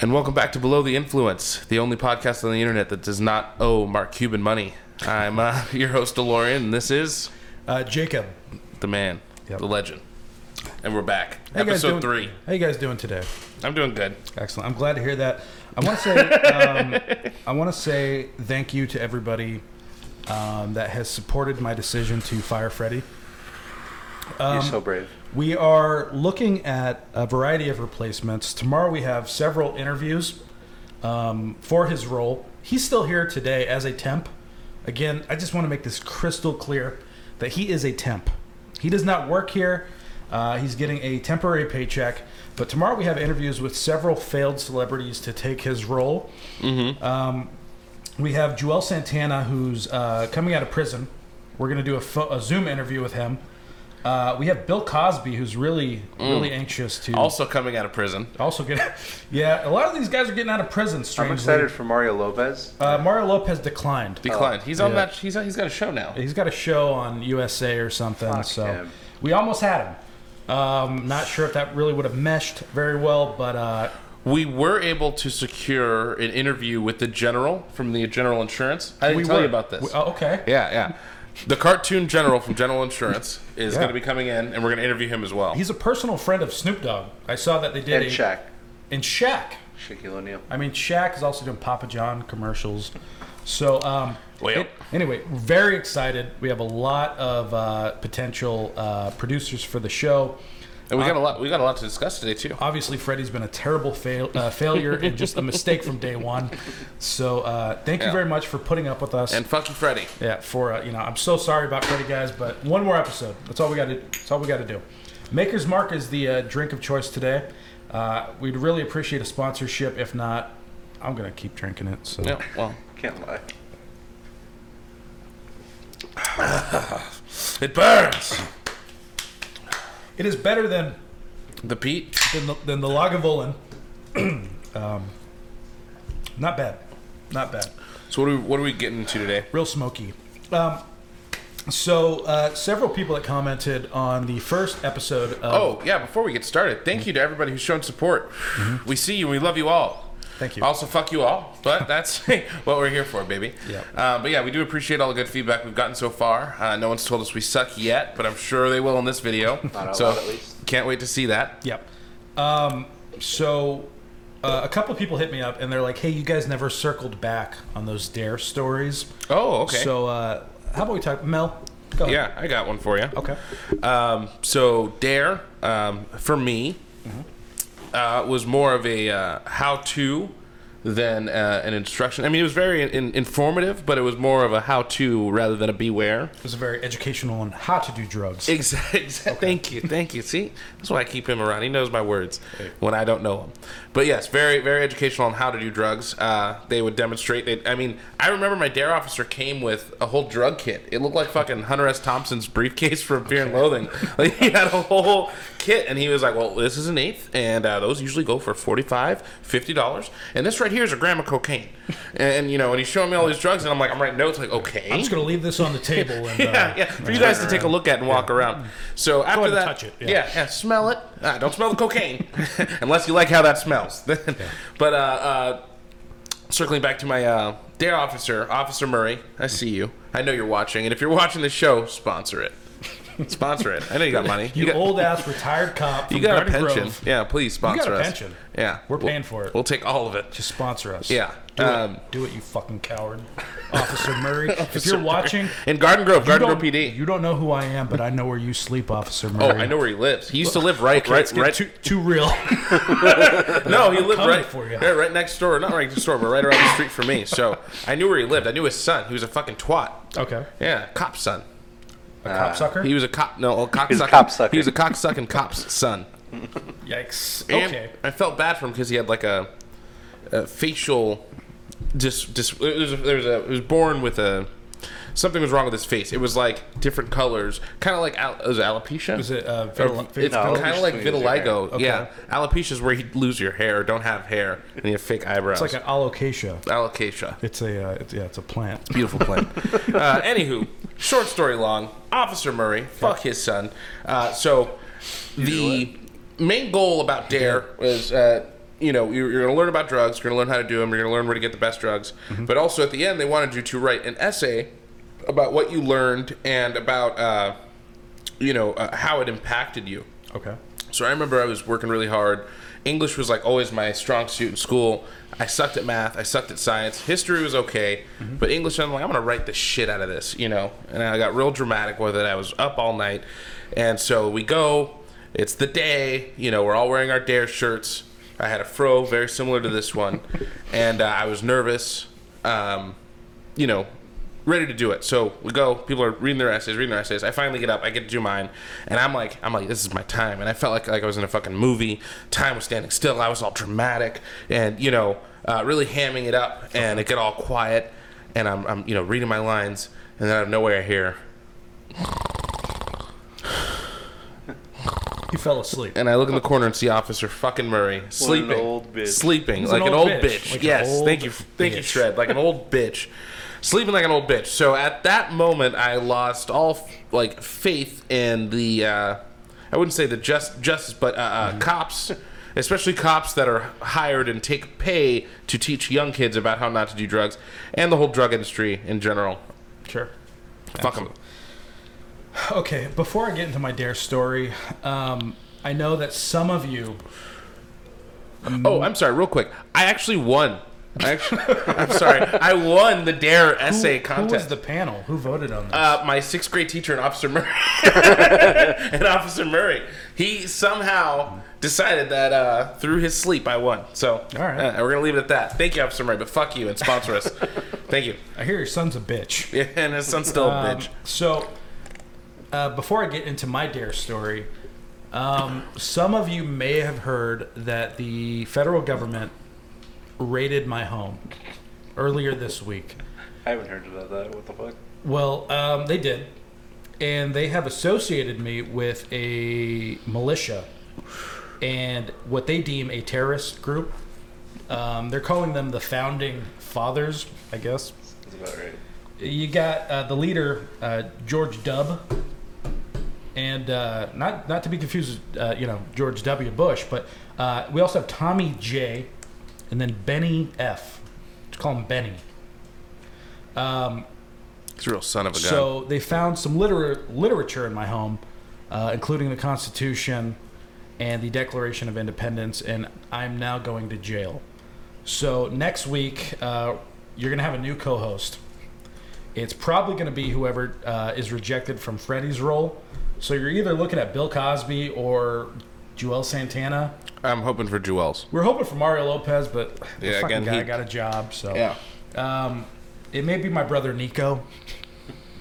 And welcome back to Below the Influence, the only podcast on the internet that does not owe Mark Cuban money. I'm uh, your host, DeLorean, and this is Uh, Jacob, the man, Yep. the legend. And we're back. how you guys Episode doing- three. How you guys doing today? I'm doing good. Excellent. I'm glad to hear that. I want to say, um, I want to say thank you to everybody um, that has supported my decision to fire Freddie. You're so brave. We are looking at a variety of replacements. Tomorrow we have several interviews um, for his role. He's still here today as a temp. Again, I just want to make this crystal clear that he is a temp. He does not work here. Uh, he's getting a temporary paycheck. But tomorrow we have interviews with several failed celebrities to take his role. Um, We have Joel Santana, who's uh, coming out of prison. We're going to do a, pho- a Zoom interview with him. Uh, we have Bill Cosby, who's really, really anxious to also, Also coming out of prison. Uh, get. Yeah, a lot of these guys are getting out of prison. I'm Strangely, excited for Mario Lopez. Uh, Mario Lopez declined. Declined. he's on yeah. that. He's, he's got a show now. He's got a show on USA or something. so him. we almost had him. Um, not sure if that really would have meshed very well, but uh, We were able to secure an interview with the general from the General Insurance. I didn't we tell were you about this. we- oh, okay. Yeah, yeah. The cartoon general from General Insurance is Yeah. going to be coming in, and we're going to interview him as well. He's a personal friend of Snoop Dogg. I saw that they did And a Shaq. and Shaq. Shaquille O'Neal. I mean, Shaq is also doing Papa John commercials. So, um, Well. it- anyway, we're very excited. We have a lot of uh, potential uh, producers for the show. and we got a lot. We got a lot to discuss today too. Obviously, Freddie's been a terrible fail, uh, failure and just a mistake from day one. So, uh, thank you Yeah. very much for putting up with us. And fuck you, Freddy. yeah, for uh, you know, I'm so sorry about Freddie, guys, but one more episode. That's all we got to. That's all we got to do. Maker's Mark is the uh, drink of choice today. Uh, we'd really appreciate a sponsorship. If not, I'm gonna keep drinking it. So. Yeah. Well, Can't lie. it burns. It is better than The Pete. than the, than the Lagavulin. um, not bad, not bad. So what are we, what are we getting into today? Real smoky. Um, so uh, several people that commented on the first episode. Of, Oh yeah. Before we get started, thank you to everybody who's shown support. We see you. and We love you all. Thank you. Also, fuck Mm-hmm. you all, but that's what we're here for, baby. Yeah. Uh, but yeah, we do appreciate all the good feedback we've gotten so far. Uh, no one's told us we suck yet, but I'm sure they will in this video. Not out so loud, at least. can't wait to see that. yep. Um, so uh, a couple people hit me up and they're like, "Hey, you guys never circled back on those dare stories." Oh, okay. So uh, how about we talk, Mel? Go ahead. Yeah, I got one for you. Okay. Um, so Dare, um, for me, uh, was more of a uh, how-to than uh, an instruction. I mean, it was very in- informative, but it was more of a how-to rather than a beware. It was a very educational on how to do drugs. Exactly. Thank you. Thank you. See, that's why I keep him around. He knows my words when I don't know them. But yes, very, very educational on how to do drugs. Uh, they would demonstrate. They, I mean, I remember my dare officer came with a whole drug kit. It looked like fucking Hunter S. Thompson's briefcase from Fear and Loathing. Like he had a whole kit, and he was like, "Well, this is an eighth, and uh, those usually go for 45 50 dollars, and this right here is a gram of cocaine." And you know, and he's showing me all these drugs, and I'm like, I'm writing notes, like, okay, I'm just gonna leave this on the table and uh, yeah, yeah. For you guys to take a look at and walk around. So after ahead and that, touch it, yeah. Yeah. yeah, smell it. Ah, don't smell the cocaine, unless you like how that smells. But uh, uh, circling back to my uh, dare officer, Officer Murray, I see you. I know you're watching, and if you're watching the show, sponsor it. Sponsor it. I know you got money. You, got, old ass retired cop. From you got a Garden pension. Grove. Yeah, please a sponsor us. pension. Yeah, We're We'll- paying for it. We'll take all of it. Just sponsor us. Yeah. Do, Um, it. do it, you fucking coward, Officer Murray. if you're Murray. watching, In Garden Grove, you Garden Grove don't, PD. you don't know who I am, but I know where you sleep, Officer Oh, Murray. I know where he lives. He used to live right, right, Get right, too, too real. No, he lived coming right for you. yeah, right next door. Not right next door, but right around the street from me. So I knew where he lived. I knew his son. He was a fucking twat. okay. Yeah, cop son. A cop sucker. Uh, He was a cop. No, a cock He's a sucking. cop sucker. He was a cock sucking cop's son. Yikes. And Okay. I felt bad for him because he had like a, a facial. Just, just there was a, there was a it was born with a something was wrong with his face. It was like different colors, kind of like al, it was alopecia. Is it uh, Or- Vitali- it's No, kind of like just lose your hair. vitiligo. Okay. Yeah, alopecia is where you lose your hair or don't have hair and you have fake eyebrows. It's like an alocasia. alopecia. It's a uh, it's, yeah, it's a plant. Beautiful plant. uh, anywho, short story long. Officer Murray, fuck his son. Uh, so the main goal about Dare was, uh, you know, you're, you're going to learn about drugs. You're going to learn how to do them. You're going to learn where to get the best drugs. But also at the end, they wanted you to write an essay about what you learned and about, uh, you know, uh, how it impacted you. Okay. So I remember I was working really hard. English was like always my strong suit in school. I sucked at math. I sucked at science. History was okay, but English, I'm like, I'm gonna write the shit out of this, you know. And I got real dramatic with it. I was up all night, and so we go. It's the day, you know. We're all wearing our dare shirts. I had a fro very similar to this one, and uh, I was nervous. Um, you know, ready to do it. So we go. People are reading their essays, reading their essays. I finally get up. I get to do mine, and I'm like, I'm like, this is my time. And I felt like like I was in a fucking movie. Time was standing still. I was all dramatic, and you know, uh, really hamming it up. And it got all quiet, and I'm, I'm you know reading my lines, and then out of nowhere I hear, You fell asleep. and I look in the corner and see Officer fucking Murray sleeping, old bitch. sleeping He's like an old, bitch. Like an yes, old thank you, thank you, bitch. Shred. Like an old bitch, sleeping like an old bitch. So at that moment, I lost all f- like faith in the. Uh, I wouldn't say the just justice, but uh, uh, Mm-hmm. cops, especially cops that are hired and take pay to teach young kids about how not to do drugs, and the whole drug industry in general. Sure. Fuck 'em. Okay, before I get into my dare story, um, I know that some of you. Oh, Mm-hmm. I'm sorry. Real quick, I actually won. I actually, I'm sorry. I won the Dare essay who, contest. Who was the panel? Who voted on this? uh, my sixth grade teacher and Officer Murray. and Officer Murray, he somehow decided that uh, through his sleep I won. So All right. uh, we're gonna leave it at that. Thank you, Officer Murray, but fuck you and sponsor us. Thank you. I hear your son's a bitch. Yeah, and his son's still a Um, bitch. So, uh, before I get into my dare story, um, some of you may have heard that the federal government raided my home earlier this week. I haven't heard about that. What the fuck? Well, um, they did, and they have associated me with a militia and what they deem a terrorist group. Um, they're calling them the founding fathers, I guess. That's about right. You got uh, the leader, uh, George Dub, and uh, not not to be confused, with, uh, you know George W. Bush, but uh, we also have Tommy J, and then Benny F. Let's call him Benny. He's a real son of a gun. So they found some liter- literature in my home, uh, including the Constitution and the Declaration of Independence, and I'm now going to jail. So next week, uh, you're going to have a new co host. It's probably going to be whoever uh, is rejected from Freddie's role. So you're either looking at Bill Cosby or Joel Santana. I'm hoping for Jewels. We are hoping for Mario Lopez, but the Yeah, fucking again, guy he- got a job. So Yeah. um, it may be my brother Nico.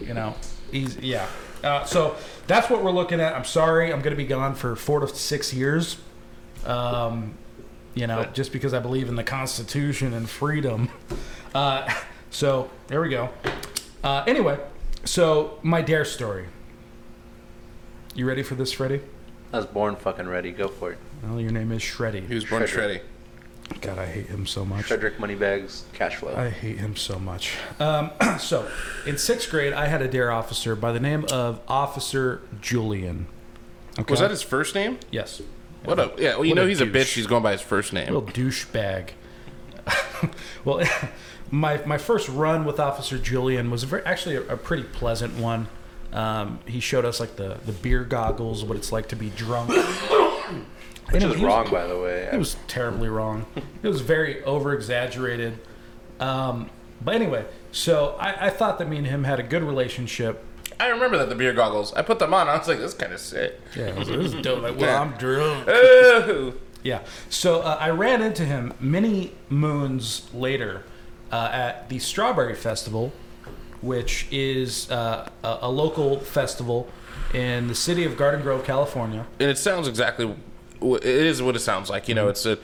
You know, he's yeah. Uh, so that's what we're looking at. I'm sorry, I'm going to be gone for four to six years. Um, you know, just because I believe in the Constitution and freedom. Uh, so there we go. Uh, anyway, so my dare story. You ready for this, Freddy? I was born fucking ready. Go for it. Well, your name is He Shreddy. was born shreddy. Shredder. God, I hate him so much. Frederick Moneybags, cash flow. I hate him so much. Um, so, in sixth grade, I had a dare officer by the name of Officer Julian. Okay. Was that his first name? Yes. What a yeah. Well, you What know a he's a douche. bitch. He's going by his first name. Little douchebag. well, my my first run with Officer Julian was a very, actually a, a pretty pleasant one. Um, he showed us like the, the beer goggles, what it's like to be drunk. Which And is he was- Hmm. wrong, by the way. It was terribly wrong. It was very over exaggerated. Um, but anyway, so I, I thought that me and him had a good relationship. I remember that the beer goggles. I put them on. I was like, this is kind of sick. Yeah, it was, it was dope. Like, well, I'm drunk. Ooh. Yeah. So uh, I ran into him many moons later uh, at the Strawberry Festival, which is uh, a, a local festival in the city of Garden Grove, California. and it sounds exactly it is what it sounds like you know it's a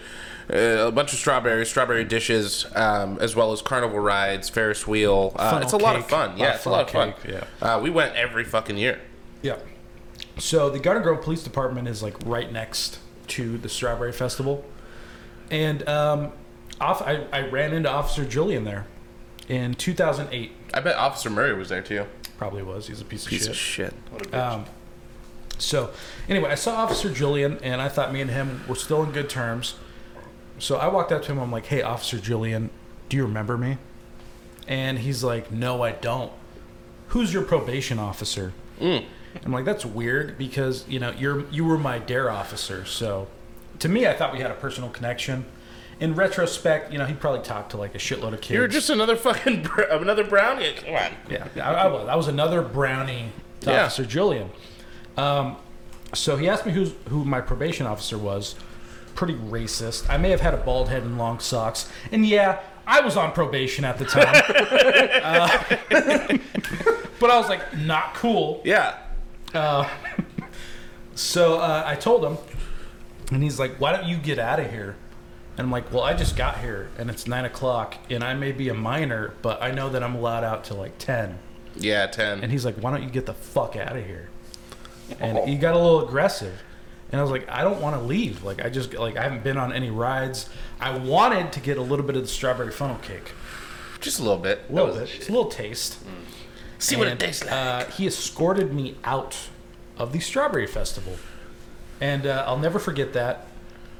a bunch of strawberries strawberry dishes um, as well as carnival rides ferris wheel uh, Funnel it's a lot of cake. fun Lot yeah of it's a lot of fun funnel cake, uh, we went every fucking year Yeah. So the Garden Grove Police Department is like right next to the Strawberry Festival, and um, off I, I ran into Officer Julian there in 2008. i bet officer murray was there too Probably was. He's a piece of piece shit. of shit What a bitch. Um, so anyway, I saw Officer Julian, and I thought me and him were still in good terms. So I walked up to him. I'm like, "Hey, Officer Julian, do you remember me?" And he's like, "No, I don't." Who's your probation officer? I'm like, "That's weird because you know you're you were my dare officer." So to me, I thought we had a personal connection. In retrospect, you know, he probably talked to like a shitload of kids. You're just another fucking br- another brownie. Come on. Yeah, I, I was. I was another brownie to Yeah. Officer Julian. Um, so he asked me who's, who my probation officer was. Pretty racist. I may have had a bald head and long socks. And yeah, I was on probation at the time. Uh, but I was like, not cool. Yeah. So uh, I told him, and he's like, "Why don't you get out of here?" And I'm like, "Well, I just got here, and it's nine o'clock, and I may be a minor, but I know that I'm allowed out till like ten. Yeah. Ten. And he's like, "Why don't you get the fuck out of here?" And Oh. he got a little aggressive. And I was like, "I don't want to leave. Like, I just like I haven't been on any rides. I wanted to get a little bit of the strawberry funnel cake, just a little bit. a little was bit, shit. It's a little taste." Oh, Mm. See what it And, tastes like. Uh, he escorted me out of the strawberry festival, and uh, I'll never forget that.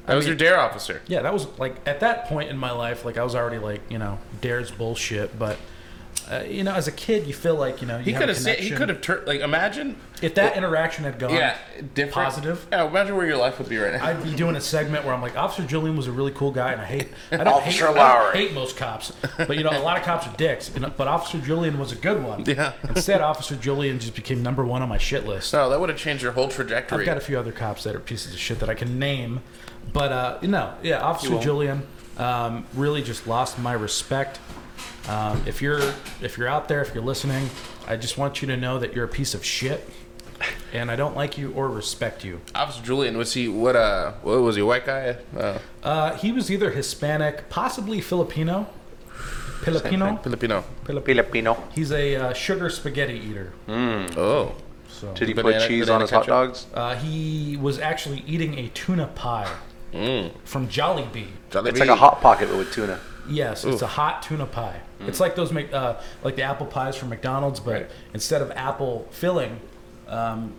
that was your dare officer. Yeah, that was like at that point in my life, like I was already like you know dares bullshit, but. Uh, you know, as a kid, you feel like you know you He have a could have. He connection. could have turned. Like imagine. If that interaction had gone, Yeah. Different. positive. Yeah. Imagine where your life would be right now. I'd be doing a segment where I'm like, Officer Julian was a really cool guy, and I hate, I don't, hate, Officer I don't Lowry. hate most cops, but you know, a lot of cops are dicks. And, but Officer Julian was a good one. Yeah. Instead, Officer Julian just became number one on my shit list. no, that would have changed your whole trajectory. I've got a few other cops that are pieces of shit that I can name, but uh, no, yeah, Officer won't. Julian um, really just lost my respect. Um, if you're if you're out there, if you're listening, I just want you to know that you're a piece of shit, and I don't like you or respect you. Officer Julian was he? What? Uh, what was he? a White guy? Uh, Uh, he was either Hispanic, possibly Filipino. Filipino. Filipino. Filipino. He's a uh, sugar spaghetti eater. Oh. So Did he Banana- put cheese on banana his hot ketchup. dogs? uh, he was actually eating a tuna pie Mm. from Jollibee. Jollibee. It's like a hot pocket but with tuna. Yes, it's a hot tuna pie. It's like those Mc- uh, like the apple pies from McDonald's, but Right. instead of apple filling, um,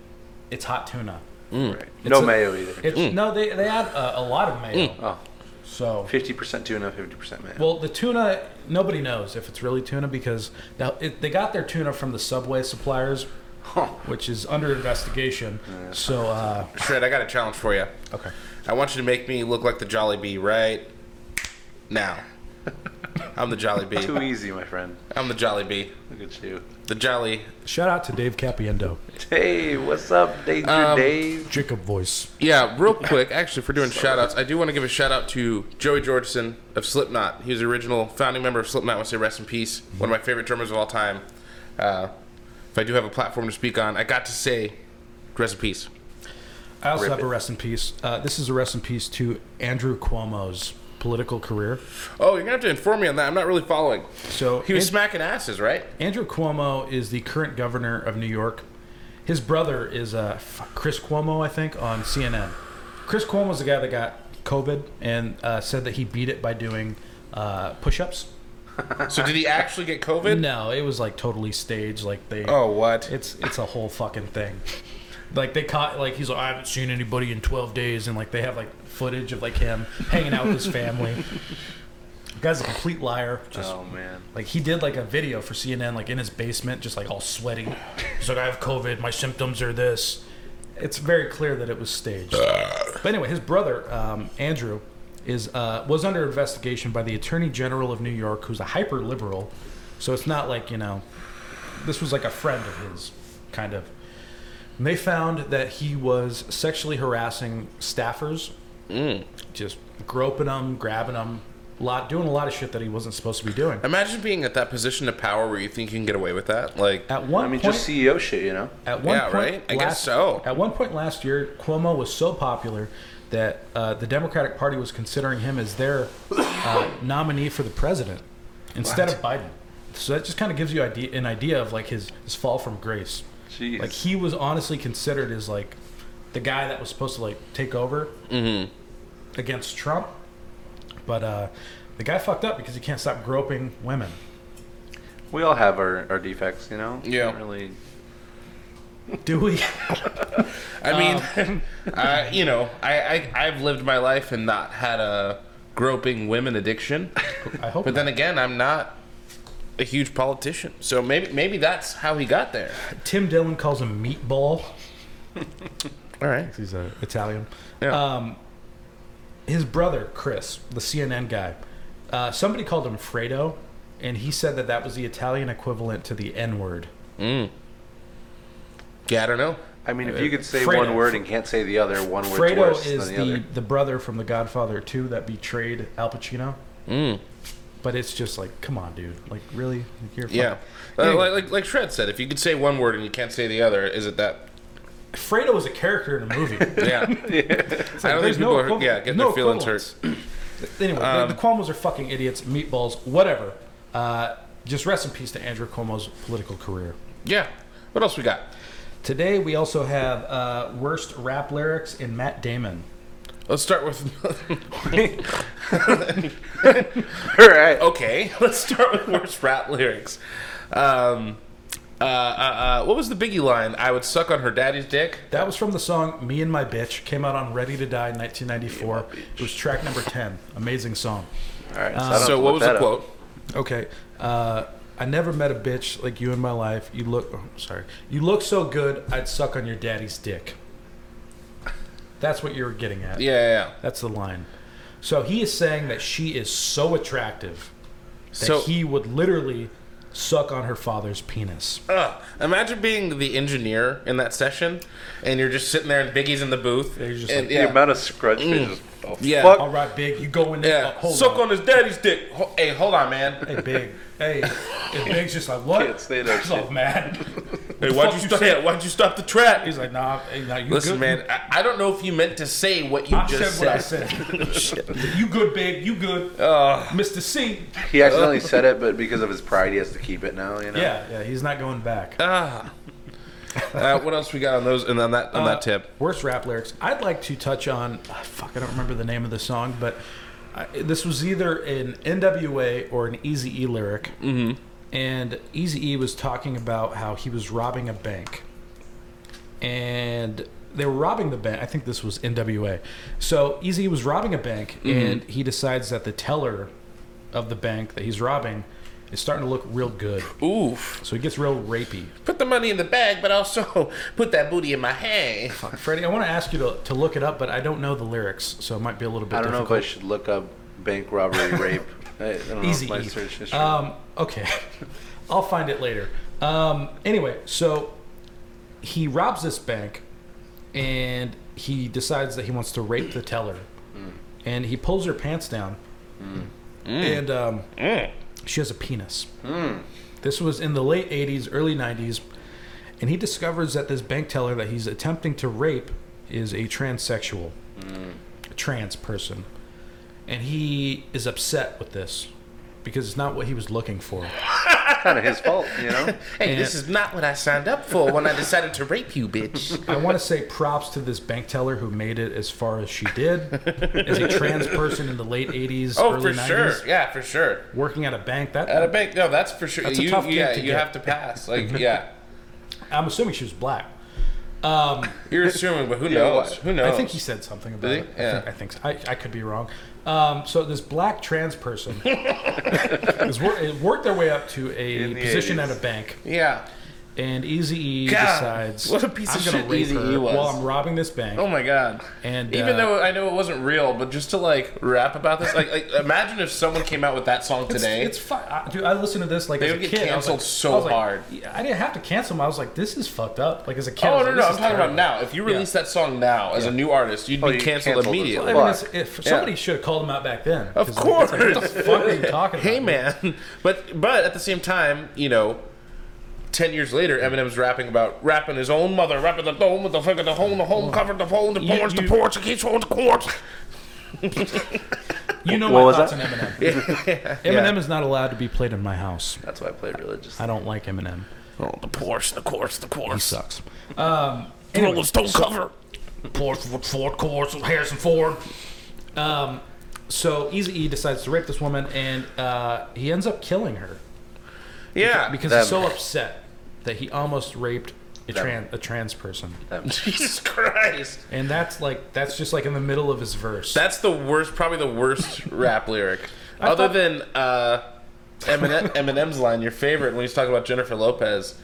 it's hot tuna. Right. No a- mayo either. Hmm. It's no, they they add uh, a lot of mayo. Mm. Oh, So 50% tuna, 50% mayo. Well, the tuna, nobody knows if it's really tuna because now it, they got their tuna from the Subway suppliers, which is under investigation. So, uh, Shred. I got a challenge for you. okay. I want you to make me look like the Jolly Bee right now. I'm the Jolly Bee. Too easy, my friend. I'm the Jolly Bee. Look at you. The Jolly. Shout out to Dave Capiendo, Hey, what's up, Danger Um, Dave? Jacob Voice. Yeah, real quick, actually, for doing shout outs, I do want to give a shout out to Joey Georgeson of Slipknot. He was the original founding member of Slipknot. I want to say rest in peace. One of my favorite drummers of all time. Uh, if I do have a platform to speak on, I got to say rest in peace. I also Rip have it. a rest in peace. Uh, this is a rest in peace to Andrew Cuomo's political career. Oh, you're going to have to inform me on that. I'm not really following. So He was An- smacking asses, right? Andrew Cuomo is the current governor of New York. His brother is uh, fuck, Chris Cuomo, I think, on CNN. Chris Cuomo's the guy that got COVID and uh, said that he beat it by doing uh, push-ups. So did he actually get COVID? Uh, No, it was like totally staged. Like they, Oh, what? it's it's a whole fucking thing. Like they caught, like he's like, I haven't seen anybody in twelve days, and like they have like footage of like him hanging out with his family. Guy's a complete liar. Just Oh, man. like he did like a video for CNN, like in his basement, just like all sweaty. He's like, I have COVID. My symptoms are this. It's very clear that it was staged. But anyway, his brother um, Andrew is uh, was under investigation by the Attorney General of New York, who's a hyper liberal. So it's not like you know, this was like a friend of his, kind of. And they found that he was sexually harassing staffers, just groping them, grabbing them, lot doing a lot of shit that he wasn't supposed to be doing. Imagine being at that position of power where you think you can get away with that. Like, At one I mean, point, just CEO shit, you know? at one Yeah, point, right? I last, guess so. At one point last year, Cuomo was so popular that uh, the Democratic Party was considering him as their uh, nominee for the president instead of Biden. So that just kind of gives you idea, an idea of like his, his fall from grace. Jeez. Like he was honestly considered as like the guy that was supposed to like take over Mm-hmm. against Trump, but uh, the guy fucked up because he can't stop groping women. we all have our, our defects, you know? Yeah. Don't Really. Do we? Um, I mean, uh, you know, I, I I've lived my life and not had a groping women addiction. I hope. But then again, I'm not a huge politician, so maybe maybe that's how he got there. not. Tim Dillon calls him All meatball. right. He's uh, Italian. Yeah. Um, his brother Chris, the CNN guy, uh, somebody called him Fredo, and he said that that was the Italian equivalent to the N word. Yeah, I don't know. I mean, if you could say Uh, Fredo. one word and can't say the other, one word's Fredo worse is than the, the, the, brother from The Godfather 2 that betrayed Al Pacino. Mm. But it's just like, come on, dude. Like, really? Like, you're Yeah. Uh, like, like like Shred said, if you could say one word and you can't say the other, is it that? Fredo was a character in a movie. Yeah. other. I don't think there's no people are equivalent- yeah getting no their feelings equivalence. hurt. Um, anyway, the, the Cuomo's are fucking idiots, meatballs, whatever. Uh, just rest in peace to Andrew Cuomo's political career. Yeah. What else we got? Today we also have uh, worst rap lyrics in Matt Damon. Let's start with. All Oh, right. okay, let's start with worst rap lyrics. Um, uh, uh, uh, what was the Biggie line? I would suck on her daddy's dick. That was from the song "Me and My Bitch" came out on Ready to Die in 1994. It was track number 10. Amazing song. All right. I don't So what was look the that up. quote? Okay. Uh, I never met a bitch like you in my life. You look, oh, sorry, you look so good. I'd suck on your daddy's dick. That's what you were getting at. Yeah, yeah. yeah. That's the line. So he is saying that she is so attractive that So he would literally suck on her father's penis. Ugh. uh, imagine being the engineer in that session, and you're just sitting there, and Biggie's in the booth. you're just and, like, yeah, The amount of scrunch faces. Oh, Mm. Yeah. Fuck. All right, big, you go in there. yeah. oh, hold suck on. on his daddy's dick. Ho- hey, hold on, man. Hey, big. Hey, and big's just like what? Can't say that He's all shit. mad. Hey, why'd Fuck you you stop? said- yeah, why'd you stop the trap? He's like, nah, hey, nah you Listen, good? man, I, I don't know if you meant to say what you I said just what I said. you good, big? You good, Ugh. Mr. C? He accidentally said it, but because of his pride, he has to keep it now. You know. Yeah, yeah, he's not going back. Ah. Uh, what else we got on those and on that on that Uh, tip? Worst rap lyrics. I'd like to touch on. ah, fuck, I don't remember the name of the song, but I, this was either an NWA or an Easy E lyric. Mm-hmm. And Easy E was talking about how he was robbing a bank. And they were robbing the bank. I think this was NWA. So Easy was robbing a bank, and he decides that the teller of the bank that he's robbing is starting to look real good. Oof. So he gets real rapey. Put the money in the bag, but also put that booty in my hand. Freddie, I want to ask you to, to look it up, but I don't know the lyrics, so it might be a little bit I don't know if I difficult. should look up bank robbery rape. I, I don't Easy. know if my E. search history. um, okay. I'll find it later. Um, anyway, so he robs this bank and he decides that he wants to rape the teller. Mm. And he pulls her pants down. Mm. And um, she has a penis. This was in the late 80s, early 90s. And he discovers that this bank teller that he's attempting to rape is a transsexual, Mm. a trans person. And he is upset with this because it's not what he was looking for. kind of his fault, you know. Hey, this is not what I signed up for when I decided to rape you, bitch. I want to say props to this bank teller who made it as far as she did as a trans person in the late 80s, Oh, early for 90s. sure. Yeah, for sure. Working at a bank, that At a bank, no, that's for sure. That's a you, tough gig yeah, to you get. have to pass. Like, yeah, I'm assuming she was black. you're assuming, but who knows? Who knows? I think he said something about Did it. he? I Yeah. think, I think so. I, I could be wrong. Um, so this black trans person has wor- has worked their way up to a In the position 80s. at a bank, Yeah. and Easy E God, decides, what a piece of "I'm gonna shit rape Eazy-E her was." while I'm robbing this bank." Oh my god. And, even uh, though I know it wasn't real, but just to like rap about this, like, like imagine if someone came out with that song It's- today. It's, fun. I, dude, I listened to this like They as a would get kid. I was canceled like- so I was like- hard. yeah, I didn't have to cancel them. I was like, this is fucked up. Like as a kid. I Oh was no like, no! this I'm is talking about terrible. now. If you released that song now as a new artist, you'd Oh, be you canceled, canceled as immediately. well. I mean, Fuck. it's, if somebody should have called them out back then. Of 'cause, like, it's like, course. what the fuck are you talking about? Hey man, but but at the same time, you know, ten years later, Eminem's rapping about rapping his own mother, rapping the dome with the fucking the home, the home covered the phone, the You- porch, the you- porch, the keeps on the court. You know What my was thoughts that? on Eminem. Eminem is not allowed to be played in my house. That's why I played religious. I don't like Eminem. Oh, the porch, the course, the He course. sucks. Anyway, was don't cover. Ports with Ford Course with Harrison Ford. Um, so Easy E decides to rape this woman, and uh, he ends up killing her Yeah, because That- he's so upset that he almost raped a trans a trans person, Them. Jesus Christ. and that's like that's just like in the middle of his verse. That's the worst, probably the worst rap lyric, I other thought- than uh, Eminem, Eminem's line, your favorite, when he's talking about Jennifer Lopez.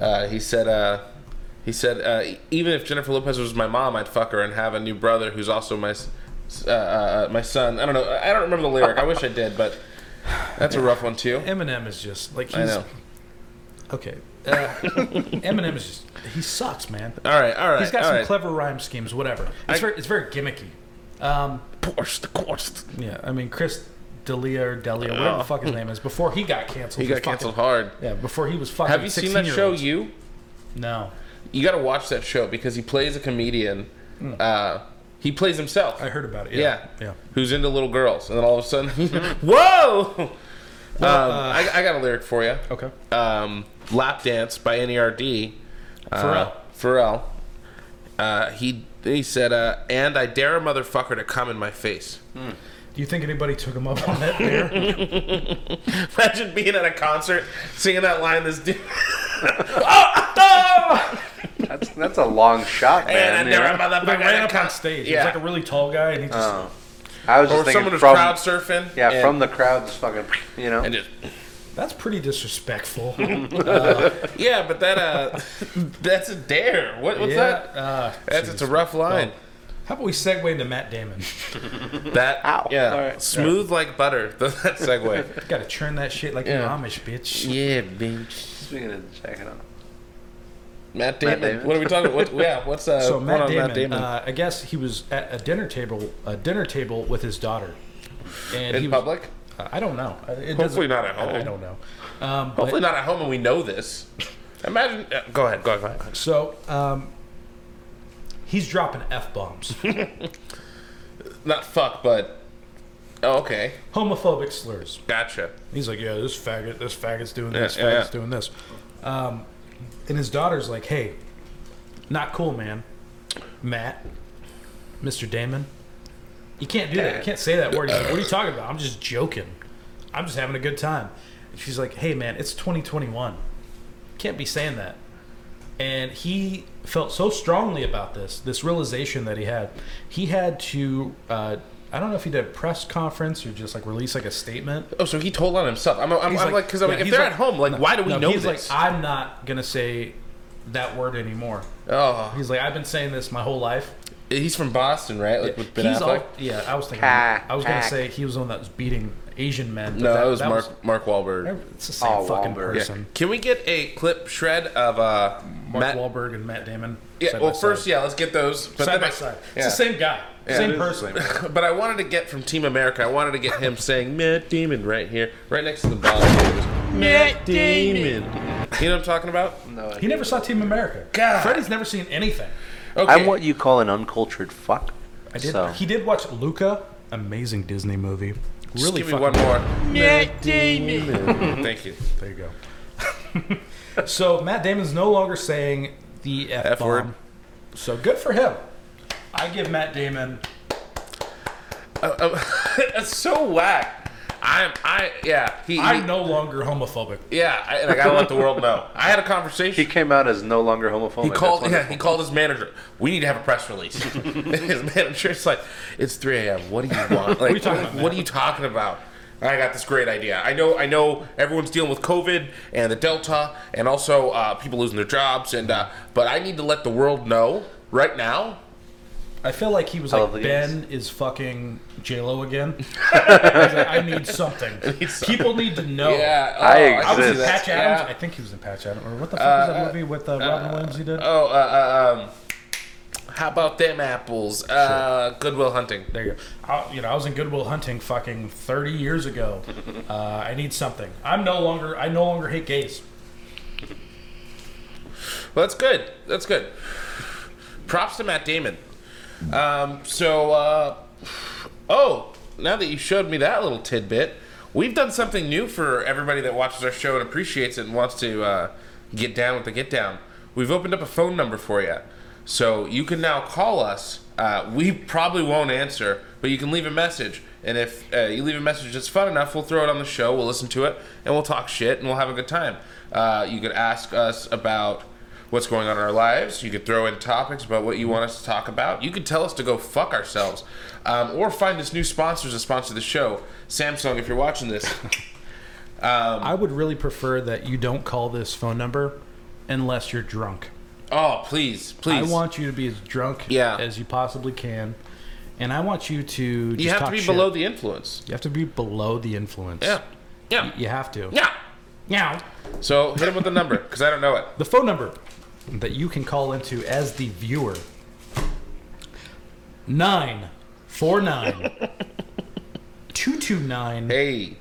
Uh, he said, uh, he said, uh, even if Jennifer Lopez was my mom, I'd fuck her and have a new brother who's also my s- s- uh, uh, uh, my son. I don't know. I don't remember the lyric. I wish I did, but that's a rough one too. Eminem is just like I he's know. okay. Uh, Eminem is just he sucks, man. All right, all right, He's all got some right. clever rhyme schemes, whatever. I- It's, very, it's very gimmicky. Um, Porsche, the Porsche. yeah, I mean Chris D'Elia or Delia, whatever Oh. the fuck his name is, before he got canceled. He for got fucking- canceled hard. Yeah, before he was fucking. Have you seen that show? 16-year-olds. You. No, you got to watch that show because he plays a comedian. Uh, he plays himself. Hmm. I heard about it. Yeah. Yeah, yeah. Who's into little girls, and then all of a sudden, whoa! Um, uh, I, I got a lyric for you. Okay. Um, Lap dance by Nerd. Uh, Pharrell. Uh, he he said, uh, and I dare a motherfucker to come in my face. Hmm. Do you think anybody took him up on that? There? Imagine being at a concert, singing that line. This dude. oh, oh! That's that's a long shot, And man. I you dare a know? motherfucker They ran to up come- on stage. Yeah. He was like a really tall guy, and he just Oh. I was just or someone thinking who's from crowd surfing. yeah and- from the crowd, just fucking you know. and just that's pretty disrespectful. Yeah, but that uh, that's a dare. What, what's that? Uh, That's it's a rough line. how about we segue into Matt Damon? that Ow. yeah, All right. smooth like butter. That segue. Got to churn that shit like Yeah. an Amish bitch. yeah, bitch. Speaking of checking out, Matt Damon. Damon. What are we talking? What, yeah, what's uh? So going Matt on with Damon, Uh, I guess he was at a dinner table, a dinner table with his daughter, and in he was- public. Uh, I don't know. Uh, It Hopefully doesn't- not at home. I, I don't know. Um, but- Hopefully not at home, and we know this. Imagine. Uh, go ahead. Go ahead. Go ahead. so um, he's dropping f bombs, Not fuck, but oh, okay. homophobic slurs. Gotcha. He's like, yeah, this faggot, this faggot's doing this, yeah, faggot's yeah. doing this. Um, and his daughter's like, hey, not cool, man. Matt, Mr. Damon, you can't do that. You can't say that word. He's like, what are you talking about? I'm just joking. I'm just having a good time. And she's like, hey, man, it's 2021. Can't be saying that. And he felt so strongly about this, this realization that he had. He had to, uh, I don't know if he did a press conference or just like release like a statement. Oh, so he told on himself. I'm, I'm, He's I'm like, because I'm yeah, like, if he's they're at home, like, no, why do we no, know he's this? like, I'm not gonna say that word anymore. oh, He's like, I've been saying this my whole life. he's from Boston, right? Like with Ben he's Affleck. all, yeah. I was thinking, Ah, I was gonna ah. say he was the one that was beating Asian men. but no, that, was Mark Mark Wahlberg. it's the same Oh, fucking Wahlberg. Yeah. person. Can we get a clip shred of uh, Mark Matt? Wahlberg and Matt Damon. yeah. side well, by first, side. yeah, let's get those. But side then by I- side. yeah. It's the same guy, it same is person. But I wanted to get from Team America. I wanted to get him saying Matt Damon right here, right next to the bottom. Matt Damon. You know what I'm talking about? no, He never saw Team America. God. Freddie's never seen anything. Okay. I'm what you call an uncultured fuck. I did. So. He did watch Luca, amazing Disney movie. Just Really give me fucking one more. Matt Damon. Thank you. There you go. so Matt Damon's no longer saying the F, F word. word. So good for him. I give Matt Damon. That's Uh, so whack. I'm. I. Yeah. He. I'm he- no longer homophobic. yeah. I, and I gotta let the world know. I had a conversation. He came out as no longer homophobic. He called. That's Yeah, he called his manager. We need to have a press release. his manager's like, "It's 3 a.m. What do you want? Like, what, you talking about, what are you talking about?" I got this great idea. I know. I know everyone's dealing with COVID and the Delta, and also uh, people losing their jobs. And uh, but I need to let the world know right now. I feel like he was love like the Ben is fucking J Lo again. He's like, I need something. People need to know. Yeah, oh, I can see I was in exist. that. Patch Adams. Yeah. I think he was in Patch Adams. Or what the fuck was that movie with uh, Robin Williams he did? Oh, uh, uh, um, how about them apples? Uh, Goodwill Hunting. There you go. I, you know, I was in Goodwill Hunting fucking 30 years ago. Uh, I need something. I'm no longer. I no longer hate gays. Well, that's good. That's good. Props to Matt Damon. Um, so, uh, oh, now that you showed me that little tidbit, we've done something new for everybody that watches our show and appreciates it and wants to uh, get down with the get down. We've opened up a phone number for you. So you can now call us. Uh, we probably won't answer, but you can leave a message. And if uh, you leave a message that's fun enough, we'll throw it on the show, we'll listen to it, and we'll talk shit, and we'll have a good time. Uh, you could ask us about what's going on in our lives. You could throw in topics about what you want us to talk about. You could tell us to go fuck ourselves, um, or find us new sponsors to sponsor the show. Samsung, if you're watching this, I would really prefer that you don't call this phone number unless you're drunk. oh please, please, I want you to be as drunk Yeah. as you possibly can, and I want you to. Just you have talk to be shit. below the influence. You have to be below the influence. Yeah, yeah, You have to. yeah. Now, So hit him with the number because I don't know it. the phone number that you can call into as the viewer 949 229 Hey.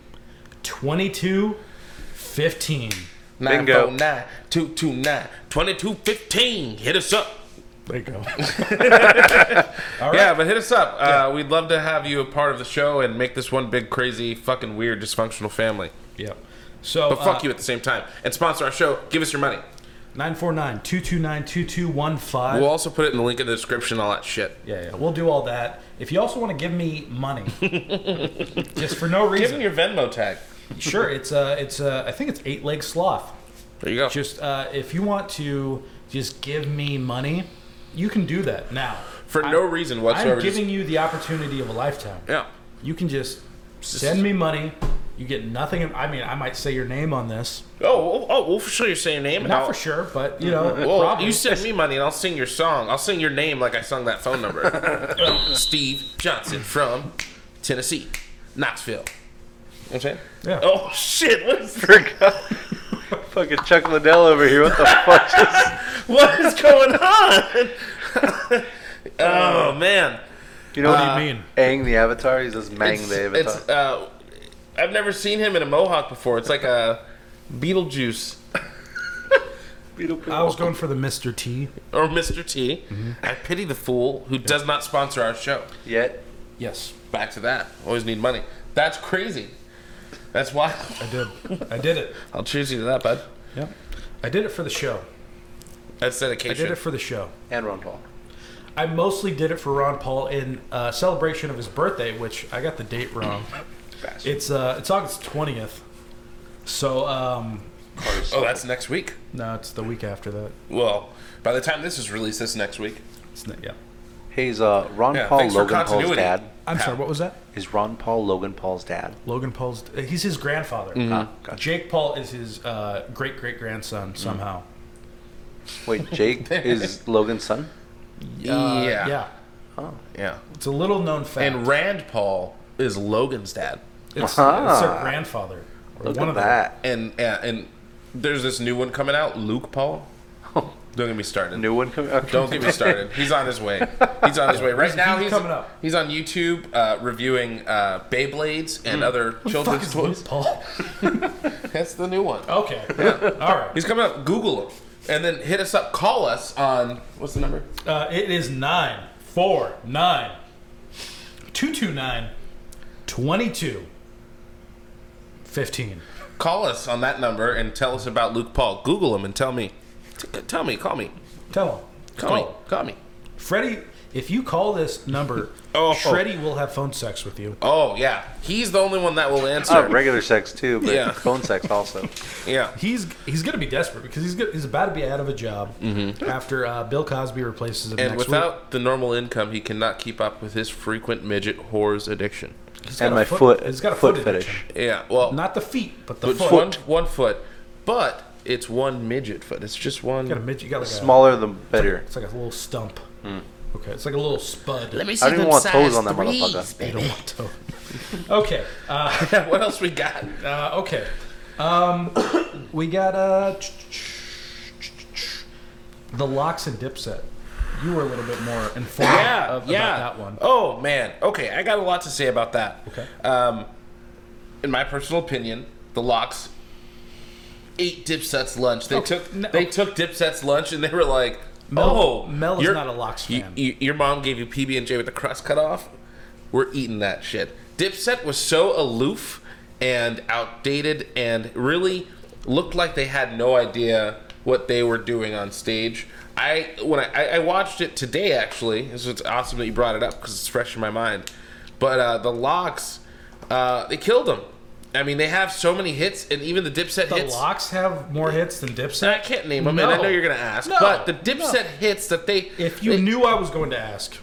2215. Bingo. 949 229 2215. Hit us up. There you go. Yeah, but hit us up. Uh, we'd love to have you a part of the show and make this one big, crazy, fucking weird, dysfunctional family. yeah. So, uh, But fuck you at the same time. And sponsor our show. Give us your money. 949 229 2215. We'll also put it in the link in the description, all that shit. Yeah, yeah, we'll do all that. If you also want to give me money, just for no Give them reason, your Venmo tag. sure. It's uh, it's uh, I think it's eight leg sloth. There you go. Just uh, if you want to, just give me money. You can do that now. For no reason whatsoever. I'm just- giving you the opportunity of a lifetime. yeah. You can just send me money. You get nothing. I mean, I might say your name on this, Oh, oh, oh, we'll for sure your same name. and not I'll- for sure, but you know, Well, probably. you send me money and I'll sing your song. I'll sing your name like I sung that phone number. Steve Johnson from Tennessee, Knoxville. You know what I'm saying? Yeah. Oh shit! What is, Fucking Chuck Liddell over here. What the fuck? what is going on? oh man, You know what do you mean? Aang the Avatar. He's just Mang Uh, it's, the it's, Avatar. uh, I've never seen him in a mohawk before. It's like a Beetlejuice I was going for the Mr. T. or Mr. T. I Mm-hmm. pity the fool who does not sponsor our show. Yet Yes, Back to that. Always need money. That's crazy. That's wild. I did. I did it. I'll choose you to that, bud. Yep. I did it for the show. That's I dedication. did it for the show. and Ron Paul. I mostly did it for Ron Paul in uh, celebration of his birthday, which I got the date wrong. Bastard. it's uh, it's August twentieth, so um, oh, that's next week. no, it's the week after that. Well, by the time this is released, this next week. It's not, yeah. He's uh, Ron Yeah, Paul thanks for Logan Paul's continuity. dad. I'm Pat. sorry. What was that? Is Ron Paul Logan Paul's dad? Logan Paul's. uh, He's his grandfather. Ah, gotcha. Jake Paul is his uh, great great grandson somehow. Wait, Jake is Logan's son? Uh, yeah. Yeah. Yeah. It's a little known fact. And Rand Paul is Logan's dad. it's, it's their Ah. grandfather. or Look one at of them. that. And yeah, and there's this new one coming out, Luke Paul. Don't get me started. New one coming. Okay. Don't get me started. He's on his way. He's on his way. Right now, he's he's coming up. He's on YouTube uh, reviewing uh, Beyblades and other Mm. Fuck children's is Oh. Logan toys. Paul. That's the new one. Okay. All right. He's coming up. Google him, and then hit us up. Call us on what's the number? Uh, it is 949 229 22 15. Call us on that number and tell us about Luke Paul. Google him and tell me. T- tell me. Call me. Tell him. Call me. Call me. Freddie, if you call this number, Oh. Shreddy will have phone sex with you. Oh yeah, he's the only one that will answer. Oh, regular sex too, but Yeah. phone sex also. Yeah, He's he's gonna be desperate because he's go- he's about to be out of a job after uh, Bill Cosby replaces him Mm-hmm. and next without the normal income, he cannot keep up with his frequent midget whores addiction. week. He's got And a my foot, He's got a foot, foot, addiction. fetish. Yeah, well, Not the feet, but the but foot. one one foot, but it's one midget foot. It's just one. You got a midget. You got like A, Smaller the better. it's like a little stump. Hmm. Okay, it's like a little spud. Let me see I don't even them want size toes on that threes, motherfucker. I baby. don't want to. Okay. Uh, what else we got? Uh, okay. Um, we got uh, the locks and dipset. You were a little bit more informed Yeah, of, yeah. about that one. Oh man. Okay, I got a lot to say about that. Okay. Um, in my personal opinion, the locks ate Dipset's lunch. They Oh, took no. they took Dipset's lunch and they were like, Mel- "Oh, Mel is your- not a Lox y- fan." y- your mom gave you PB and J with the crust cut off. We're eating that shit." Dipset was so aloof and outdated, and really looked like they had no idea what they were doing on stage. I when I, I, I watched it today, actually, so it's awesome that you brought it up because it's fresh in my mind. But uh, the locks, uh, they killed them. I mean, they have so many hits, and even the Dipset The hits. locks have more hits than Dipset. I can't name them, and I No. know you're gonna ask, No. but the Dipset hits that they. If you they- knew I was going to ask,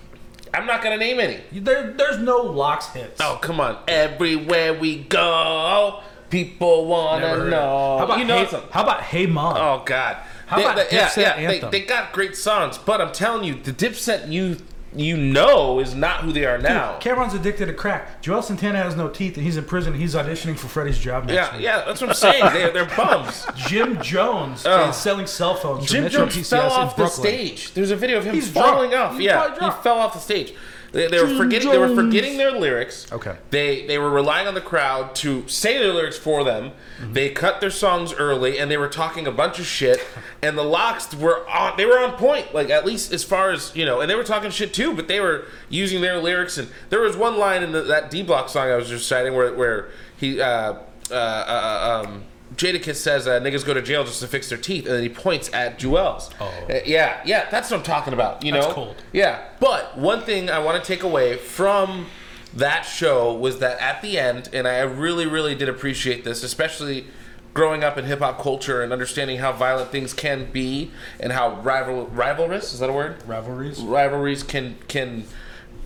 I'm not gonna name any. there, there's no locks hits. Oh come on! Everywhere we go, people wanna Never heard it. know. How about you know hey, something. how about Hey Mom? Oh God! How about Dipset Anthem? They, they got great songs, but I'm telling you, the Dipset you you know is not who they are now. Cameron's addicted to crack. Joel Santana has no teeth, and he's in prison. And he's auditioning for Freddie's job next yeah, week. yeah, that's what I'm saying. They're, they're bums. Jim Jones Oh. is selling cell phones. Jim from Metro Jones PCS fell in off the Brooklyn. stage. There's a video of him He's falling drunk. off. He's yeah, probably drunk. he fell off the stage. They, they were Jim forgetting. They were Jones. forgetting their lyrics. Okay. They they were relying on the crowd to say their lyrics for them. Mm-hmm. They cut their songs early, and they were talking a bunch of shit. And the locks were on. They were on point. Like at least as far as you know. And they were talking shit too, but they were using their lyrics. And there was one line in the, that D Block song I was just citing where where he. Uh, uh, uh, uh, um, Jadakiss says uh, niggas go to jail just to fix their teeth, and then he points at Jewels. Oh. Uh, yeah, yeah, that's what I'm talking about. You That's know, cold. yeah. But one thing I want to take away from that show was that at the end, and I really, really did appreciate this, especially growing up in hip hop culture and understanding how violent things can be and how rival rivalrous is that a word? Rivalries. rivalries can can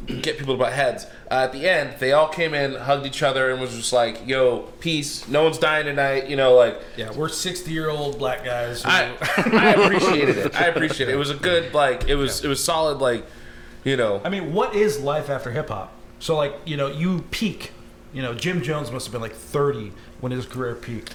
get people to butt heads. Uh, at the end, they all came in, hugged each other, and was just like, "Yo, peace. No one's dying tonight." You know, like Yeah, we're sixty-year-old black guys. who- I, I appreciated it. I appreciated it. It was a good like. It was it was solid like, you know. I mean, what is life after hip hop? So, like, you know, you peak. You know, Jim Jones must have been like 30 when his career peaked.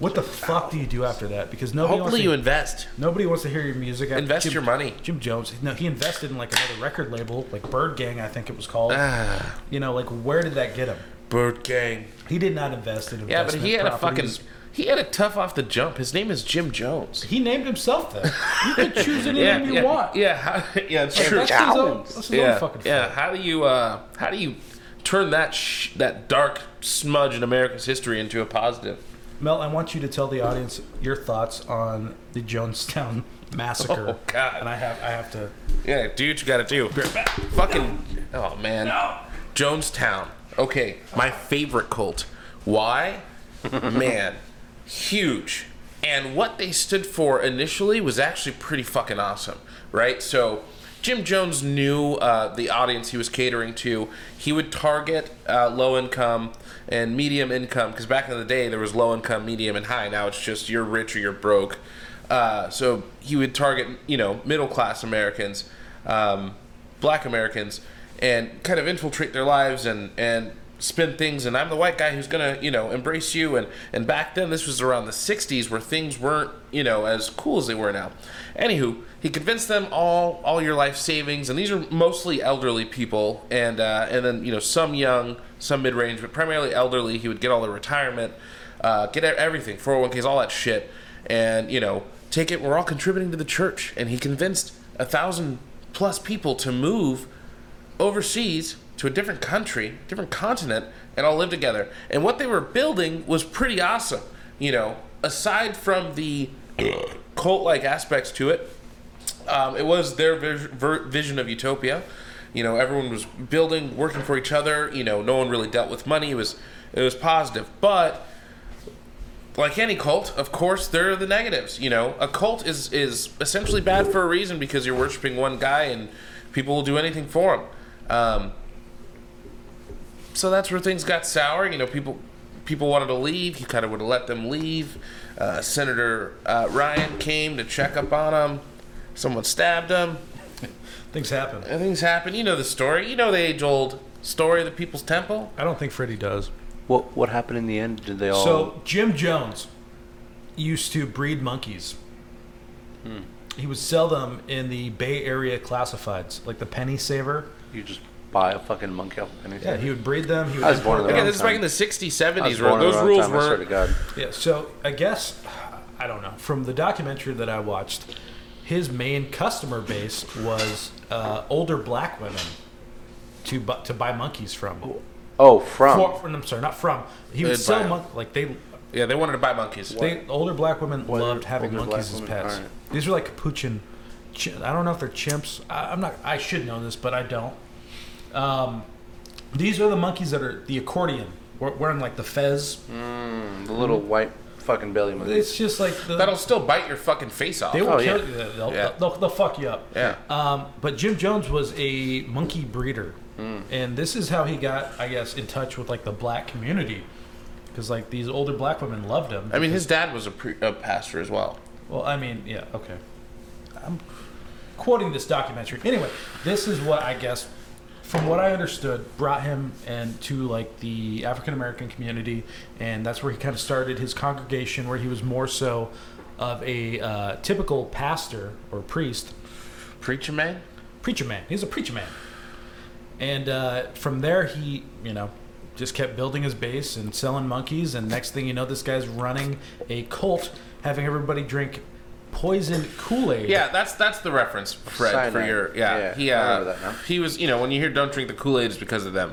What the fuck do you do after that? Because nobody wants Hopefully to, you invest. nobody wants to hear your music. after Invest Jim- your money. Jim Jones. No, he invested in like another record label, like Bird Gang, I think it was called. Ah, you know, like where did that get him? Bird Gang. He did not invest in investment Yeah, but he had a fucking. properties. He had a tough off the jump. His name is Jim Jones. He named himself that. You can choose any Yeah, name you yeah, want. yeah, yeah, it's Like, true. That's his own, that's his own yeah, fucking yeah. fault. How do you uh, how do you turn that sh- that dark smudge in America's history into a positive? Mel, I want you to tell the audience your thoughts on the Jonestown massacre. Oh, God. And I have I have to Yeah, do what you gotta do. Fucking. Oh, man. Jonestown. Okay, my favorite cult. Why? man, huge. And what they stood for initially was actually pretty fucking awesome, right? So. Jim Jones knew uh, the audience he was catering to. He would target uh, low income and medium income because back in the day there was low income, medium, and high. Now it's just you're rich or you're broke. Uh, so he would target, you know, middle class Americans, um, black Americans, and kind of infiltrate their lives and, and spin things. And I'm the white guy who's going to, you know, embrace you. And, and back then, this was around the 60s where things weren't, you know, as cool as they were now. Anywho, he convinced them all, all your life savings. And these are mostly elderly people. And, uh, and then, you know, some young, some mid range, but primarily elderly. He would get all their retirement, uh, get everything, 401ks, all that shit and you know take it we're all contributing to the church and he convinced a thousand plus people to move overseas to a different country different continent and all live together and what they were building was pretty awesome you know aside from the cult like aspects to it um, it was their vis- ver- vision of utopia. You know, everyone was building, working for each other. You know, no one really dealt with money. It was it was positive, but like any cult, of course, there are the negatives. You know, a cult is is essentially bad for a reason because you're worshiping one guy and people will do anything for him. Um, so that's where things got sour. You know, people people wanted to leave. He kind of would have let them leave. Uh, Senator uh, Ryan came to check up on him. Someone stabbed him. things happen. And things happened. You know the story. You know the age old story of the People's Temple. I don't think Freddie does. What what happened in the end? Did they all? So Jim Jones used to breed monkeys. Hmm. He would sell them in the Bay Area classifieds, like the penny saver. you just buy a fucking monkey off of anything. Yeah, he would breed them. He would I was born import in the Again, wrong this is time. back in the 60s, I was 70s. Where born at the those wrong rules time, I swear to were. God. Yeah, so I guess I don't know. From the documentary that I watched, his main customer base was uh, older black women to bu- to buy monkeys from. Oh, from For, for- I'm sorry, not from. He would They'd buy sell 'em. mon- like they Yeah, they wanted to buy monkeys. they older black women loved having older monkeys as black women, pets. alright. These are like capuchin. Ch- I don't know if they're chimps. I, I'm not. I should know this, but I don't. Um, these are the monkeys that are the accordion we're wearing like the fez. Hmm. The little white fucking belly monkey. It's just like the, That'll still bite your fucking face off. they will oh, kill yeah. you. They'll, Yeah. they'll, they'll fuck you up. yeah. Um, but Jim Jones was a monkey breeder, and this is how he got, I guess, in touch with like the black community, because like these older black women loved him. I mean, his dad was a, pre- a pastor as well. Well, I mean, yeah, okay. I'm quoting this documentary. Anyway, this is what I guess, from what I understood, brought him and to like the African American community, and that's where he kind of started his congregation, where he was more so of a uh, typical pastor or priest, Preacher man? preacher man. He's a preacher man, and uh, from there he, you know. Just kept building his base and selling monkeys, and next thing you know, this guy's running a cult, having everybody drink poisoned Kool Aid. Yeah, that's that's the reference, Fred, for Cyanide. your yeah. Yeah, he I uh, remember that now. he was you know when you hear "Don't drink the Kool Aid" it's because of them.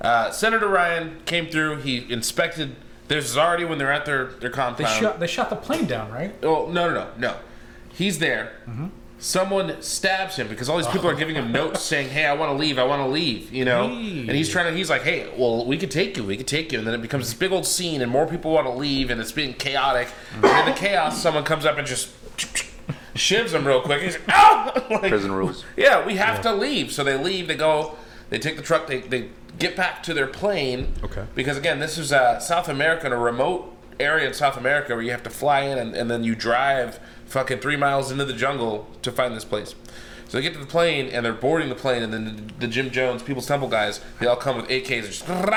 Uh, Senator Ryan came through. He inspected. This is already when they're at their their They compound. shot. They shot the plane down, right? Oh no no no no! He's there. Someone stabs him because all these people are giving him notes saying, "Hey, I want to leave. I want to leave." You know, and he's trying to. He's like, "Hey, well, we could take you. We could take you." And then it becomes this big old scene, and more people want to leave, and it's being chaotic. And in the chaos, someone comes up and just shivs him real quick. He's like, "Ow!" Like, Prison rules. Yeah, we have to leave. So they leave. They go. They take the truck. They they get back to their plane. Okay. Because again, this is uh, South America, in a remote area in South America where you have to fly in and, and then you drive fucking three miles into the jungle to find this place. So they get to the plane and they're boarding the plane, and then the, the Jim Jones People's Temple guys they all come with AKs and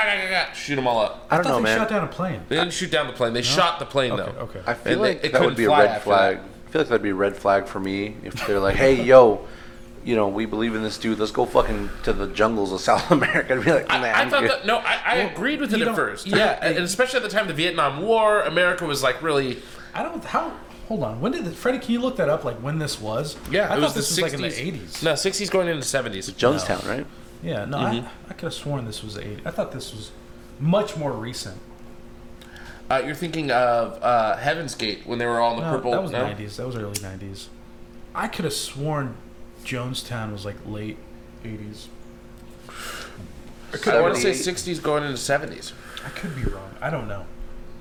just shoot them all up. I don't thought know, they man. Shot down a plane. They didn't shoot down the plane. They shot the plane though. okay. I feel And they- like it that couldn't would be a fly red after flag. I feel like that'd be a red flag for me if they're like, "Hey, yo, you know, we believe in this dude. Let's go fucking to the jungles of South America." I'd be like, nah, I, I am thought good. that no, I, I agreed with it you at don't- first. you Yeah, don't- and especially at the time of the Vietnam War, America was like really I don't. How? Hold on. When did the, Freddie? Can you look that up? Like when this was? I Yeah, thought it was this the was 60s. like in the eighties. no sixties going into seventies. Jonestown, right? Yeah. No. I, Mm-hmm. I could have sworn this was the 80s. I thought this was much more recent. Uh, you're thinking of uh, Heaven's Gate when they were all in the No, purple. that was no? nineties. That was early nineties. I could have sworn Jonestown was like late eighties. I want to say 78. sixties going into seventies. I could be wrong. I don't know.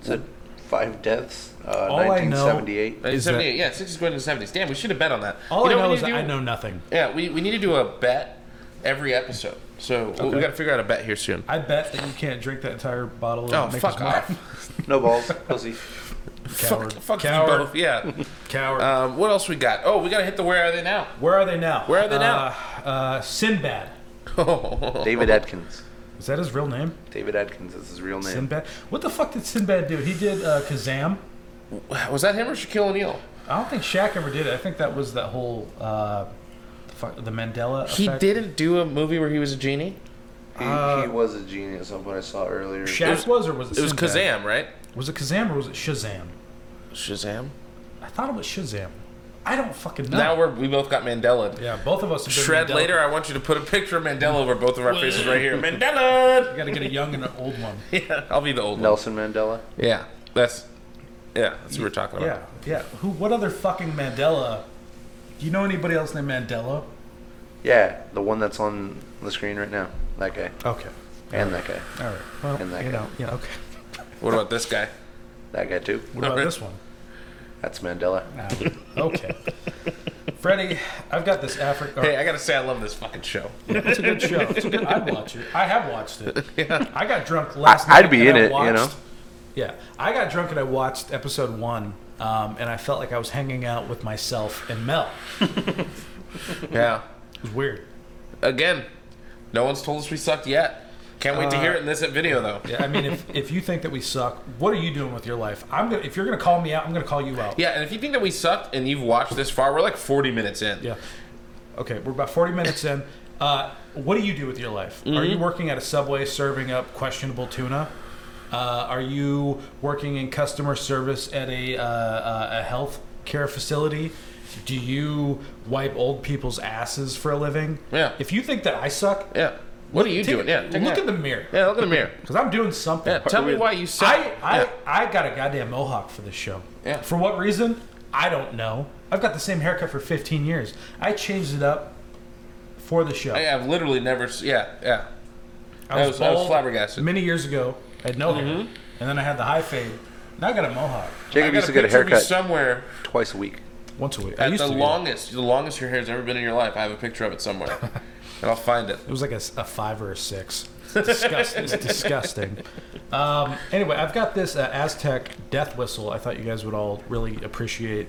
Is it five deaths? Uh, All I know- 1978. Is that- Uh, Seventy-eight. Yeah, sixties going into seventies. Damn, we should have bet on that. All You I what know we is need to that I do? know nothing. Yeah, we, we need to do a bet every episode. So we- we Okay. got to figure out a bet here soon. I bet that you can't drink that entire bottle. Of Oh Maker's fuck Mark. off! No balls, pussy. Fuck, Coward. fuck you Coward. both. Yeah. Coward. Um, what else we got? Oh, we got to hit the where are they now? Where are they now? Where are they now? Uh, uh, Sinbad. Oh. David Atkins. Is that his real name? David Atkins is his real name. Sinbad. What the fuck did Sinbad do? He did uh, Kazam. was that him or Shaquille O'Neal? I don't think Shaq ever did it. I think that was that whole uh, the, fuck, the Mandela. He effect. didn't do a movie where he was a genie. he, uh, he was a genius of what I saw earlier. Shaq It was, was- or was it? It was Sinbad? Kazam, right? Was it Kazam or was it Shazam? Shazam. I thought it was Shazam. I don't fucking know. Now we're we both got Mandela. yeah, both of us have been Shred Mandela. later. I want you to put a picture of Mandela over both of our faces right here. Mandela. We gotta get a young and an old one. Yeah, I'll be the old one. Nelson Mandela. Yeah, that's yeah, that's what we're talking about. Yeah, yeah. Who? What other fucking Mandela? Do you know anybody else named Mandela? Yeah, the one that's on the screen right now. That guy. Okay. And that guy. All right. Well, And that you guy. know, yeah. Okay. What about this guy? That guy too. What about this one? That's Mandela. No. Okay. Freddie, I've got this Africa. Hey, I gotta say, I love this fucking show. It's a good show. It's a good. I'd watch it. I have watched it. I got drunk I- last night. I'd be and in I it, you watched- know? Yeah, I got drunk and I watched episode one, um, and I felt like I was hanging out with myself and Mel. Yeah. It was weird. Again, no one's told us we sucked yet. Can't wait to hear it in this video though. Yeah, I mean, if if you think that we suck, what are you doing with your life? I'm gonna. If you're gonna call me out, I'm gonna call you out. Yeah, and if you think that we sucked and you've watched this far, we're like 40 minutes in. Yeah. Okay, we're about 40 minutes in. Uh, what do you do with your life? Are Mm-hmm. you working at a Subway serving up questionable tuna? Uh, are you working in customer service at a, uh, uh, a health care facility? Do you wipe old people's asses for a living? Yeah. If you think that I suck, Yeah. What are you take- doing? Yeah. take look that. at the mirror Yeah, look in the mirror. because I'm doing something. Yeah. Tell me why you suck. I, I, Yeah. I got a goddamn mohawk for this show. Yeah. For what reason? I don't know. I've got the same haircut for 15 years. I changed it up for the show. I have literally never. s- Yeah, yeah. I was- I was bald flabbergasted. Mm-hmm. Many years ago, I had no hair, and then I had the high fade. Now I got a mohawk I Jacob got used to get a picture of you haircut somewhere. twice a week. once a week. I At used the to do longest, the longest your hair's ever been in your life. I have a picture of it somewhere, and I'll find it. It was like a, s- a five or a six. It's disgusting. it's disgusting. Um, anyway, I've got this uh, Aztec death whistle. I thought you guys would all really appreciate.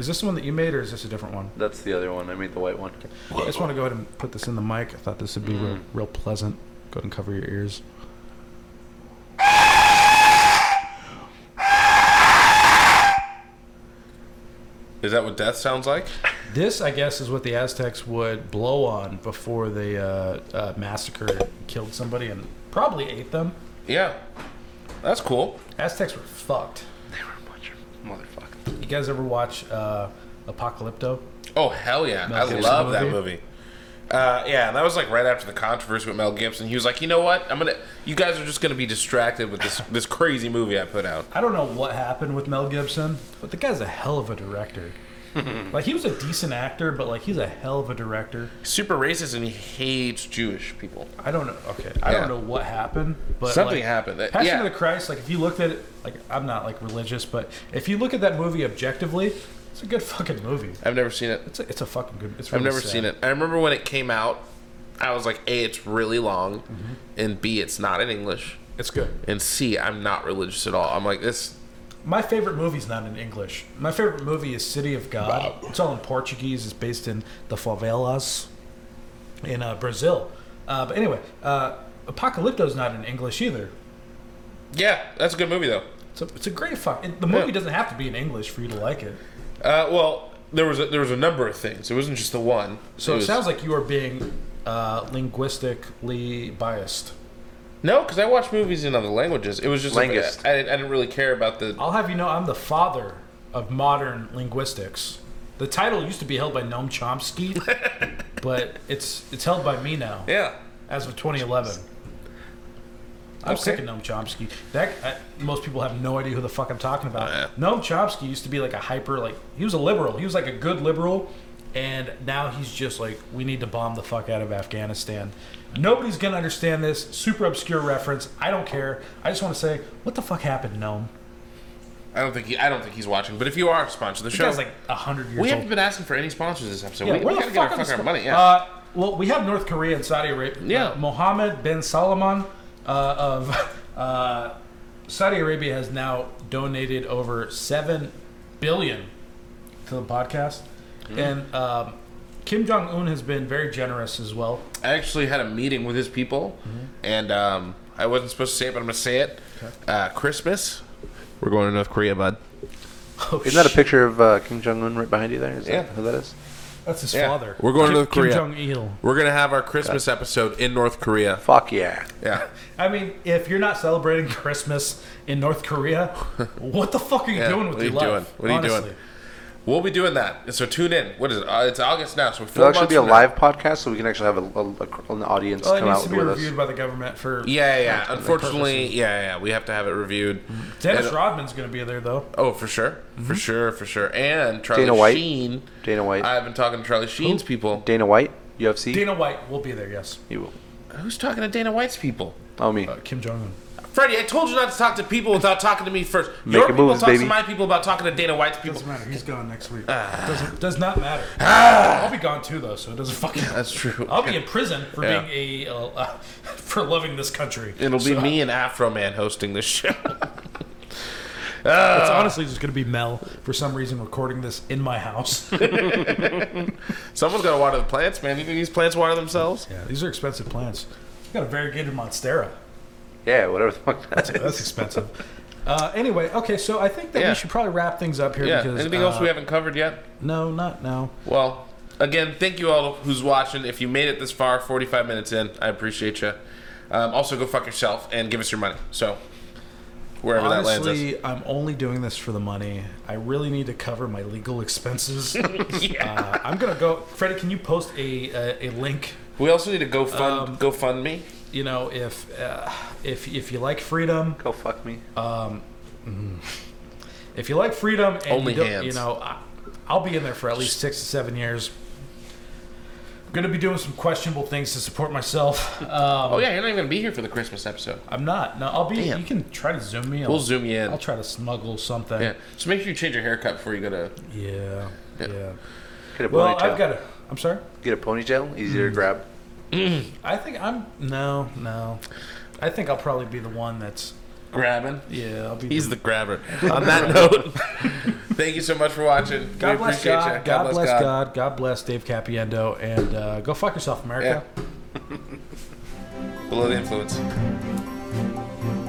Is this the one that you made, or is this a different one? That's the other one. I made the white one. I just want to go ahead and put this in the mic. I thought this would be Mm. real, real pleasant. Go ahead and cover your ears. Is that what death sounds like? This, I guess, is what the Aztecs would blow on before they uh, uh, massacred, killed somebody, and probably ate them. Yeah, that's cool. Aztecs were fucked. They were a bunch of motherfuckers. You guys ever watch uh, Apocalypto? Oh hell yeah, Mel I Gibson love that movie? movie. Uh, yeah, and that was like right after the controversy with Mel Gibson. He was like, you know what? I'm gonna. You guys are just gonna be distracted with this this crazy movie I put out. I don't know what happened with Mel Gibson, but the guy's a hell of a director. like he was a decent actor, but like he's a hell of a director. Super racist, and he hates Jewish people. I don't know. Okay, I Yeah. don't know what happened, but Something like, happened. That- Passion yeah. of the Christ. Like if you looked at it, like I'm not like religious, but if you look at that movie objectively, it's a good fucking movie. I've never seen it. It's a, it's a fucking good. It's I've really never sad. seen it. I remember when it came out, I was like, A, it's really long, and B, it's not in English, Mm-hmm. It's good. and C, I'm not religious at all. I'm like, this. My favorite movie's not in English. My favorite movie is City of God. It's all in Portuguese. It's based in the favelas in uh, Brazil. Uh, but anyway, uh, Apocalypto's not in English either. Yeah, that's a good movie, though. So it's a great fuck. It, the movie Yeah. doesn't have to be in English for you to like it. Uh, well, there was, a, there was a number of things. It wasn't just the one. So it, was- sounds like you are being uh, linguistically biased. No, because I watch movies in other languages. It was just. Like, Langest. I, didn't, I didn't really care about the. I'll have you know, I'm the father of modern linguistics. The title used to be held by Noam Chomsky, but it's it's held by me now. Yeah. as of 2011. I'm sick of Noam Chomsky. That I, most people have no idea who the fuck I'm talking about. Oh, yeah. Noam Chomsky used to be like a hyper, like he was a liberal. He was like a good liberal, and now he's just like, we need to bomb the fuck out of Afghanistan. Nobody's gonna understand this super obscure reference. I don't care. I just want to say, what the fuck happened, Noam? I don't think he, I don't think he's watching. But if you are, sponsor the This show. guy's like hundred years we old. haven't been asking for any sponsors this episode. Yeah, we we where the gotta get our fuck are the fucking sp- money. Yeah. Uh, well, we have North Korea and Saudi Arabia. Yeah. Uh, Mohammed bin Salman uh, of uh, Saudi Arabia has now donated over seven billion to the podcast, Mm-hmm. and um, Kim Jong Un has been very generous as well. I actually had a meeting with his people, Mm-hmm. and um, I wasn't supposed to say it, but I'm going to say it. Uh, Christmas, we're going to North Korea, bud. Oh, Isn't that a shit. picture of uh, Kim Jong Un right behind you there? Is Yeah. that who that is? That's his Yeah. father. We're going to Kim- North Korea. Kim Jong Il. We're going to have our Christmas episode in North Korea. Fuck yeah. Yeah. I mean, if you're not celebrating Christmas in North Korea, what the fuck are you Yeah, doing with what are your you doing? life? What are you doing? honestly? We'll be doing that. So tune in. What is it? Uh, it's August now, so It'll four actually months be a from now- live podcast, so we can actually have a, a- a- an audience Well, it come needs out to with be reviewed us. by the government for Yeah, yeah. yeah. Unfortunately, yeah, yeah, yeah. We have to have it reviewed. Mm-hmm. Dennis And- uh, Rodman's going to be there though. Oh, for sure. For sure, for sure. And Charlie Dana White? Sheen. Dana White. I've been talking to Charlie Sheen's people. Dana White, UFC. Dana White will be there. Yes, you will. Who's talking to Dana White's people? Oh me. uh, Kim Jong Un. Freddie, I told you not to talk to people without talking to me first. Make Your a people moves, talk to baby. my people about talking to Dana White's people. Doesn't matter. He's gone next week. Ah. doesn't, does not matter. I'll be gone too though, so it doesn't fucking. That's true. I'll be in prison for Yeah. being a uh, uh, for loving this country. It'll be So, me and Afro Man hosting this show. It's honestly just going to be Mel for some reason recording this in my house. Someone's got to water the plants, man. You think these plants water themselves? yeah, these are expensive plants. I got a variegated monstera. Yeah, whatever the fuck that is. That's expensive. Uh, anyway, okay, so I think that Yeah. we should probably wrap things up here. Yeah. Because, Anything uh, else we haven't covered yet? No, not now. Well, again, thank you all who's watching. If you made it this far, 45 minutes in, I appreciate you. Um, also, go fuck yourself and give us your money. So, wherever that lands Honestly, I'm only doing this for the money. I really need to cover my legal expenses. us. yeah. uh, I'm gonna go. Freddie, can you post a a, a link? we also need to go fund Um, GoFundMe. You know, if uh, if if you like freedom, Go fuck me. Uh, if you like freedom, and Only you, don't- hands. you know, I, I'll be in there for at least six to seven years. going to be doing some questionable things to support myself. Um, Oh yeah, you're not even gonna be here for the Christmas episode. I'm not. No, I'll be. Damn. You can try to zoom me. We'll I'll- zoom you in. I'll try to smuggle something. yeah. So make sure you change your haircut before you go to. Yeah. Yeah. yeah. Get a Well, ponytail. I've got Hmm. a. I'm sorry. Get a ponytail. Easier to grab. I think I'm no, no. I think I'll probably be the one that's Grabbing. yeah. I'll be. He's the grabber. On that note, thank you so much for watching. God bless God. God, bless God. God. bless Dave Capiendo. And uh, go fuck yourself, America. Below the influence. Below